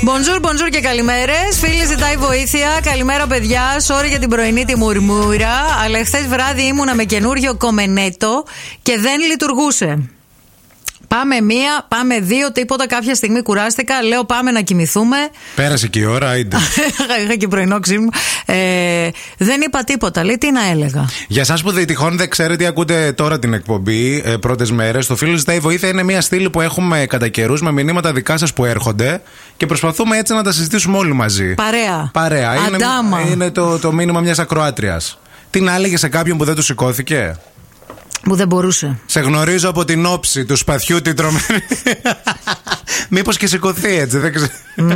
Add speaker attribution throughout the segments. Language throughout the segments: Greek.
Speaker 1: Μπονζούρ, μπονζούρ και καλημέρες. Φίλη ζητάει βοήθεια. Καλημέρα, παιδιά. Sorry για την πρωινή τη μουρμούρα. Αλλά χθες βράδυ ήμουνα με καινούριο κομμενέτο και δεν λειτουργούσε. Πάμε μία, πάμε δύο, τίποτα. Κάποια στιγμή κουράστηκα. Λέω πάμε να κοιμηθούμε.
Speaker 2: Πέρασε και η ώρα, είτε.
Speaker 1: Είχα και πρωινό ξύμ. Ε, δεν είπα τίποτα. Λέει τι να έλεγα.
Speaker 2: Για εσά που δε- τυχόν δεν ξέρετε, ακούτε τώρα την εκπομπή ε, πρώτες μέρες. Το φίλο ζητάει βοήθεια είναι μια στήλη που έχουμε κατά καιρούς με μηνύματα δικά σας που έρχονται και προσπαθούμε έτσι να τα συζητήσουμε όλοι μαζί.
Speaker 1: Παρέα.
Speaker 2: Παρέα. Είναι,
Speaker 1: Αντάμα.
Speaker 2: είναι το, το μήνυμα μιας ακροάτριας. Τι να έλεγε σε κάποιον που δεν του σηκώθηκε.
Speaker 1: Που δεν μπορούσε.
Speaker 2: Σε γνωρίζω από την όψη του σπαθιού την τρομερή. Μήπως και σηκωθεί έτσι, δεν ξέρω.
Speaker 1: ναι.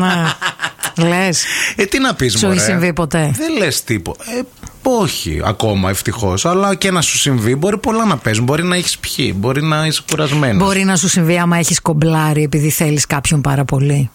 Speaker 1: Λες.
Speaker 2: Ε, τι να πεις,
Speaker 1: Σου έχει συμβεί ποτέ.
Speaker 2: Δεν λες τίποτα. Ε, όχι ακόμα, ευτυχώς. Αλλά και να σου συμβεί, μπορεί πολλά να παίζουν. Μπορεί να έχεις πιει, μπορεί να είσαι κουρασμένος.
Speaker 1: Μπορεί να σου συμβεί άμα έχεις κομπλάρει επειδή θέλεις κάποιον πάρα πολύ.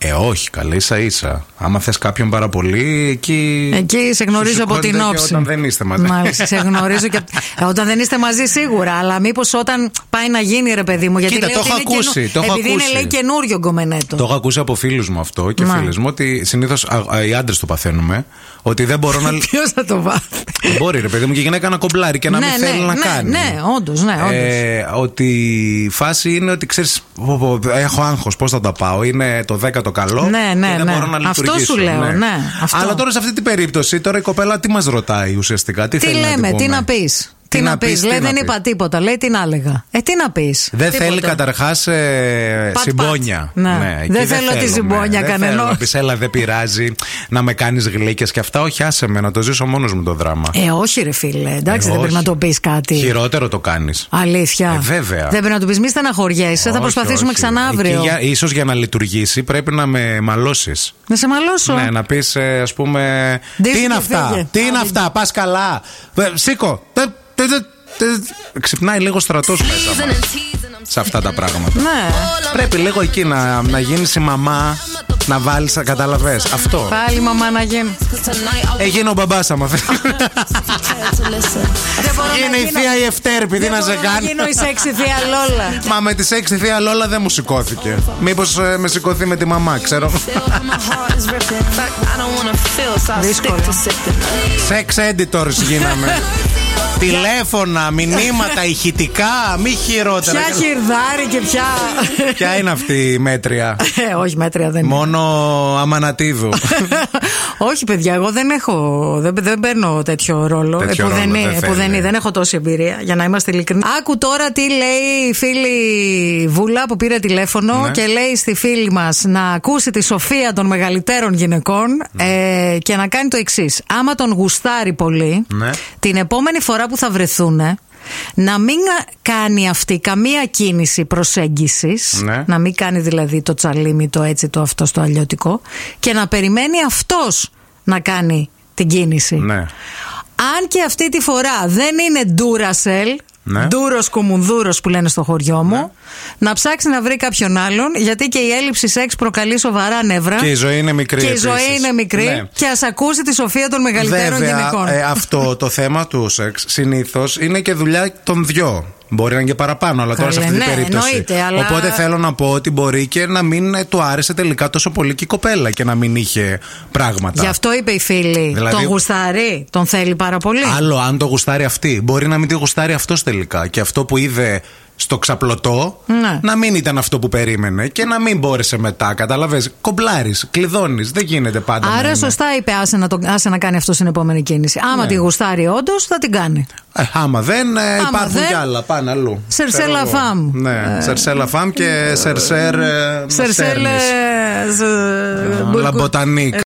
Speaker 2: Ε, όχι, καλέ, ίσα ίσα. Άμα θες κάποιον πάρα πολύ, εκεί.
Speaker 1: Εκεί σε γνωρίζω από την
Speaker 2: Σηκώνεται και
Speaker 1: όψη.
Speaker 2: Όταν δεν είστε μαζί.
Speaker 1: Μάλιστα, σε γνωρίζω και. απ' Ε, Όταν δεν είστε μαζί σίγουρα, αλλά μήπως όταν πάει να γίνει ρε παιδί μου. Γιατί
Speaker 2: Κοίτα,
Speaker 1: λέει
Speaker 2: το
Speaker 1: ότι
Speaker 2: έχω
Speaker 1: είναι καινού-
Speaker 2: ακούσει, το έχω
Speaker 1: Επειδή
Speaker 2: ακούσει.
Speaker 1: είναι λέει καινούριο γκομενέτο.
Speaker 2: Το έχω ακούσει από φίλους μου αυτό και
Speaker 1: Μα.
Speaker 2: φίλες μου ότι συνήθως οι άντρες το παθαίνουμε. Ότι δεν μπορώ να.
Speaker 1: Ποιος θα το βάλει.
Speaker 2: Μπορεί, ρε παιδί μου, και η γυναίκα να κομπλάρει και να
Speaker 1: ναι,
Speaker 2: μην
Speaker 1: ναι,
Speaker 2: θέλει
Speaker 1: ναι,
Speaker 2: να κάνει.
Speaker 1: Ναι, όντως, ναι, όντως.
Speaker 2: Ε, ότι η φάση είναι ότι ξέρεις, έχω άγχος, πώς θα τα πάω. Είναι το 10 το καλό.
Speaker 1: Ναι, ναι,
Speaker 2: και δεν
Speaker 1: ναι.
Speaker 2: μπορώ να
Speaker 1: Αυτό
Speaker 2: λειτουργήσω.
Speaker 1: σου λέω, ναι, αυτό.
Speaker 2: Αλλά τώρα σε αυτή την περίπτωση, τώρα η κοπέλα τι μας ρωτάει ουσιαστικά, τι,
Speaker 1: Τι
Speaker 2: θέλει
Speaker 1: λέμε,
Speaker 2: να ναι.
Speaker 1: τι να πεις. Τι να πει, λέει δεν είπα τίποτα, λέει τι να έλεγα. Ε, τι να πεις.
Speaker 2: Δεν θέλει καταρχάς ε,
Speaker 1: Πατ,
Speaker 2: συμπόνια.
Speaker 1: πατ. Ναι.
Speaker 2: εκεί
Speaker 1: Δεν θέλω τη
Speaker 2: θέλουμε.
Speaker 1: συμπόνια
Speaker 2: Δεν
Speaker 1: κανενός.
Speaker 2: θέλω να πεις, έλα, δεν πειράζει να με κάνεις γλύκες και αυτά. Όχι, άσε με να το ζήσω μόνος μου το δράμα.
Speaker 1: Ε, όχι, ρε φίλε, εντάξει,
Speaker 2: Ε,
Speaker 1: δεν πρέπει
Speaker 2: όχι.
Speaker 1: να το πεις κάτι.
Speaker 2: Χειρότερο το κάνεις.
Speaker 1: Αλήθεια.
Speaker 2: Ε, βέβαια.
Speaker 1: Δεν πρέπει να του πεις, μη στεναχωριέσαι, θα
Speaker 2: Όχι,
Speaker 1: προσπαθήσουμε
Speaker 2: όχι.
Speaker 1: ξανά αύριο.
Speaker 2: Εκεί για- ίσως για να λειτουργήσει πρέπει να με μαλώσεις.
Speaker 1: Να σε μαλώσω.
Speaker 2: Ναι, να πεις ε, ας πούμε
Speaker 1: Ντύσου
Speaker 2: Τι είναι
Speaker 1: και
Speaker 2: αυτά,
Speaker 1: φύγε».
Speaker 2: τι είναι
Speaker 1: Άντε.
Speaker 2: αυτά, πας καλά Ε, Σήκω Τε, τε, τε, τε. Ξυπνάει λίγο στρατός μέσα μας Σε αυτά τα πράγματα
Speaker 1: Ναι.
Speaker 2: Πρέπει λίγο εκεί να, να γίνεις η μαμά Να βάλεις, κατάλαβες Αυτό
Speaker 1: Πάλι μαμά να γίνει.
Speaker 2: Ε, γίνω ο μπαμπάς άμα θες.
Speaker 1: Δεν μπορώ να
Speaker 2: Γίνε η
Speaker 1: γίνω-
Speaker 2: θεία η Ευτέρπη, τι
Speaker 1: δεν
Speaker 2: να σε
Speaker 1: μπορώ
Speaker 2: κάνει
Speaker 1: Γίνω η σεξι θεία Λόλα.
Speaker 2: Μα με τη σεξ τη θεία Λόλα δεν μου σηκώθηκε. Μήπως με σηκωθεί με τη μαμά, ξέρω.
Speaker 1: Δύσκολο.
Speaker 2: Σεξ editors γίναμε. Τηλέφωνα, μηνύματα, ηχητικά, μη χειρότερα.
Speaker 1: Ποια χιρδάρι και ποια.
Speaker 2: Ποια είναι αυτή η μέτρια.
Speaker 1: Ε, όχι, μέτρια δεν είναι.
Speaker 2: Μόνο αμανατίδου.
Speaker 1: όχι, παιδιά, εγώ δεν έχω. Δεν, δεν παίρνω τέτοιο ρόλο.
Speaker 2: Τέτοιο
Speaker 1: που δεν, ναι.
Speaker 2: ρόλο
Speaker 1: είναι,
Speaker 2: δεν
Speaker 1: που δεν,
Speaker 2: θέλει.
Speaker 1: είναι, δεν έχω τόση εμπειρία, για να είμαστε ειλικρινεί. Άκου τώρα τι λέει η φίλη Βούλα που πήρε τηλέφωνο
Speaker 2: Ναι.
Speaker 1: και λέει στη φίλη μας να ακούσει τη σοφία των μεγαλύτερων γυναικών ε, και να κάνει το εξής. Άμα τον γουστάρει πολύ,
Speaker 2: Ναι.
Speaker 1: την επόμενη φορά που θα βρεθούν να μην κάνει αυτή καμία κίνηση προσέγγισης
Speaker 2: Ναι.
Speaker 1: να μην κάνει δηλαδή το τσαλίμι το έτσι το αυτό στο αλλιώτικο και να περιμένει αυτός να κάνει την κίνηση
Speaker 2: ναι.
Speaker 1: αν και αυτή τη φορά δεν είναι ντούρασελ
Speaker 2: Ναι.
Speaker 1: ντούρος κουμουνδούρος που λένε στο χωριό μου να ψάξει να βρει κάποιον άλλον γιατί και η έλλειψη σεξ προκαλεί σοβαρά νεύρα
Speaker 2: Και η ζωή είναι μικρή.
Speaker 1: Και η ζωή
Speaker 2: επίσης.
Speaker 1: είναι μικρή
Speaker 2: Ναι.
Speaker 1: και ας ακούσει τη σοφία των μεγαλύτερων
Speaker 2: Βέβαια,
Speaker 1: γυναικών.
Speaker 2: ε, αυτό το θέμα του σεξ συνήθως είναι και δουλειά των δυο. Μπορεί να είναι και παραπάνω, αλλά τώρα σε
Speaker 1: Καλέ,
Speaker 2: αυτή την
Speaker 1: ναι,
Speaker 2: περίπτωση.
Speaker 1: εννοείται, αλλά-
Speaker 2: Οπότε θέλω να πω ότι μπορεί και να μην ε, του άρεσε τελικά τόσο πολύ και η κοπέλα και να μην είχε πράγματα.
Speaker 1: Γι' αυτό είπε η φίλη.
Speaker 2: Δηλαδή-
Speaker 1: Τον γουστάρει, τον θέλει πάρα πολύ.
Speaker 2: Άλλο αν το γουστάρει αυτή. Μπορεί να μην τη γουστάρει αυτός τελικά. Και αυτό που είδε στο ξαπλωτό
Speaker 1: Ναι.
Speaker 2: να μην ήταν αυτό που περίμενε και να μην μπόρεσε μετά. Καταλαβες, Κομπλάρεις, κλειδώνεις. Δεν γίνεται πάντα. να
Speaker 1: Άρα
Speaker 2: είναι.
Speaker 1: σωστά είπε, άσε να, τον, άσε να κάνει αυτό στην επόμενη κίνηση. Άμα
Speaker 2: Ναι.
Speaker 1: τη γουστάρει, όντως θα την κάνει.
Speaker 2: Ε, άμα δεν, ε, υπάρχουν
Speaker 1: δεν,
Speaker 2: κι άλλα. Πάνε αλλού.
Speaker 1: Σερσέλα
Speaker 2: Ξέρω εγώ.
Speaker 1: φαμ.
Speaker 2: Ναι, σερσέλα φαμ και σερσέρ. ε,
Speaker 1: Σερσέλες.
Speaker 2: στέρνεις.
Speaker 1: ε,
Speaker 2: Ε,
Speaker 1: μπουρκου-
Speaker 2: Λαμποτανίκ.